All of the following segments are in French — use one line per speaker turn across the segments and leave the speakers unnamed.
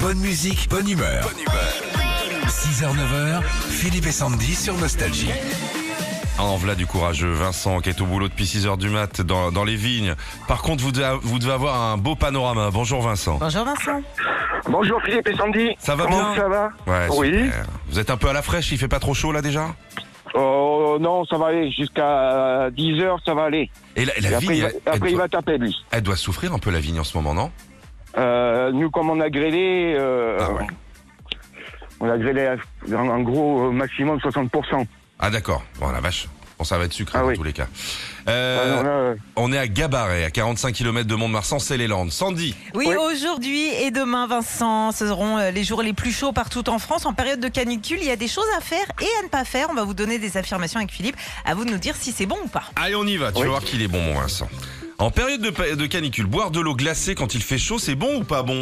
Bonne musique, bonne humeur. 6h, 9h, Philippe et Sandy sur Nostalgie.
Ah, En voilà du courageux, Vincent, qui est au boulot depuis 6 heures du mat dans, dans les vignes. Par contre, vous devez, vous devez avoir un beau panorama. Bonjour Vincent.
Bonjour Vincent.
Bonjour Philippe et Sandy.
Ça va
Comment
bien
ça va
Ouais,
Oui.
super. Vous êtes un peu à la fraîche, il fait pas trop chaud là déjà
Oh non, ça va aller. Jusqu'à 10h, ça va aller.
Et la, et la vigne,
Et après, il va,
elle,
après,
elle
il
doit,
va taper, lui.
elle doit souffrir un peu la vigne en ce moment, non
Euh, nous, comme on a grêlé, euh,
Ah ouais.
on a grêlé à- en, en gros euh, maximum 60%.
Ah d'accord, bon la vache. Bon, ça va être sucré
Ah
dans
oui.
tous les cas. Euh,
Alors là, euh,
on est à Gabaret, à 45 km de Mont-de-Marsan, c'est les Landes. Sandy,
Oui,
Oui.
aujourd'hui et demain, Vincent, ce seront euh, les jours les plus chauds partout en France. En période de canicule, il y a des choses à faire et à ne pas faire. On va vous donner des affirmations avec Philippe. À vous de nous dire si c'est bon ou pas.
allez on y va, tu
Oui.
vas voir qu'il est bon mon Vincent. En période de, pa- de canicule, boire de l'eau glacée quand il fait chaud, c'est bon ou pas bon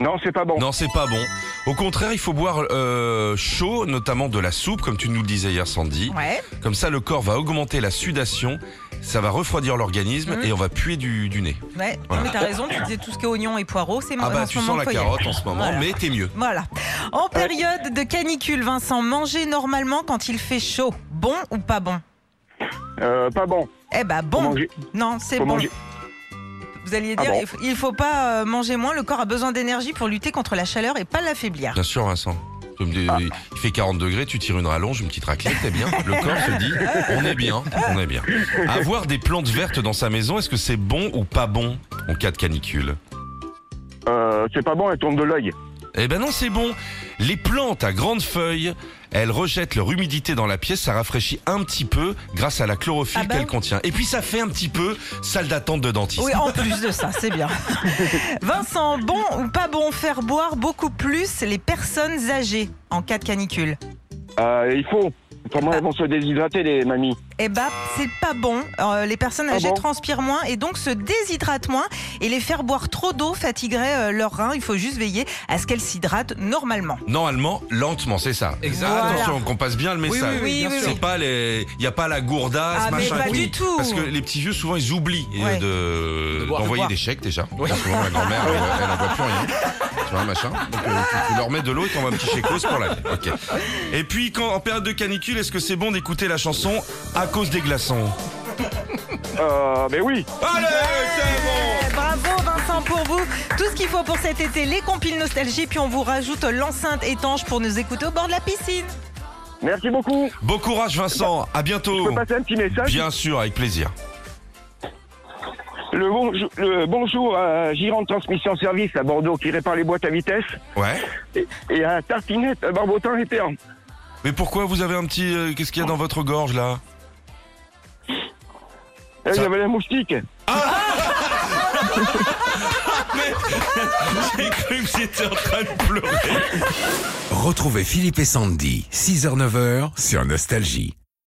non, c'est pas bon.
Non, c'est pas bon. Au contraire, il faut boire euh, chaud, notamment de la soupe, comme tu nous le disais hier, Sandy.
Ouais.
Comme ça, le corps va augmenter la sudation, ça va refroidir l'organisme
Mhm.
et on va puer du, du nez.
Ouais. Non,
Voilà.
Mais t'as raison, tu disais tout ce qui est oignons et poireaux, c'est
Ah
en
bah,
ce
tu
moment
sens la
qu'il faut y aller.
carotte en ce moment,
Voilà.
mais t'es mieux.
Voilà. En période de canicule, Vincent, manger normalement quand il fait chaud, bon ou pas bon
Euh, pas bon.
Eh bah
Faut
bon.
manger-
Non, c'est
faut
bon.
manger-
Vous alliez
Ah
dire,
bon
il faut- il faut pas euh, manger moins. Le corps a besoin d'énergie pour lutter contre la chaleur et pas l'affaiblir.
Bien sûr, Vincent. Tu me dis,
Ah.
Il fait 40 degrés, tu tires une rallonge, une petite raclette, t'es bien. Le corps se dit, on est bien, on est bien. Avoir des plantes vertes dans sa maison, est-ce que c'est bon ou pas bon en cas de canicule
euh, c'est pas bon, elle tourne de l'œil.
Eh ben non, c'est bon. Les plantes à grandes feuilles, elles rejettent leur humidité dans la pièce, ça rafraîchit un petit peu grâce à la chlorophylle
Ah ben
qu'elle contient. Et puis ça fait un petit peu salle d'attente de dentiste.
Oui, en plus de ça, c'est bien. Vincent, bon ou pas bon faire boire beaucoup plus les personnes âgées en cas de canicule
Euh, il faut. Comment
Ah.
elles vont se déshydrater, les mamies
Eh bah, c'est pas bon. Euh, les personnes
Ah
âgées
bon
transpirent moins et donc se déshydratent moins. Et les faire boire trop d'eau fatiguerait euh, leurs reins. Il faut juste veiller à ce qu'elles s'hydratent normalement.
Normalement, lentement, c'est ça.
Exactement.
Attention, qu'on passe bien le message.
oui, oui, bien sûr.
C'est pas les, il y a pas la gourdasse,
Ah, mais
machin.
pas
et
du tout.
Parce que les petits vieux souvent ils oublient euh,
Ouais.
de
boire.
d'envoyer
De
des chèques déjà. Souvent ma grand-mère, elle, elle envoie plus rien. Tu vois, machin. Donc euh, tu, tu leur mets de l'eau et t'envoies un petit chèque pour la vie. Ok. Et puis quand en période de canicule, est-ce que c'est bon d'écouter la chanson à cause des glaçons
euh, Mais oui.
Allez, Eh, c'est bon.
Eh, Bravo Vincent pour vous. Tout ce qu'il faut pour cet été, les compiles nostalgie. Puis on vous rajoute l'enceinte étanche pour nous écouter au bord de la piscine.
Merci beaucoup.
Bon courage Vincent, à
Je
bientôt.
peux passer un petit message
Oh. Bien sûr, avec plaisir.
le, bonjour- le bonjour à Gironde Transmission Service à Bordeaux qui répare les boîtes à vitesse
Ouais.
et, et à Tartinette à Barbotin et Péan.
Mais pourquoi vous avez un petit euh, qu'est-ce qu'il y a dans votre gorge là
Eh,
Ça-
Il y avait les moustiques.
J'ai cru que j'étais en train de pleurer.
Retrouvez Philippe et Sandy, 6h, 9h sur Nostalgie.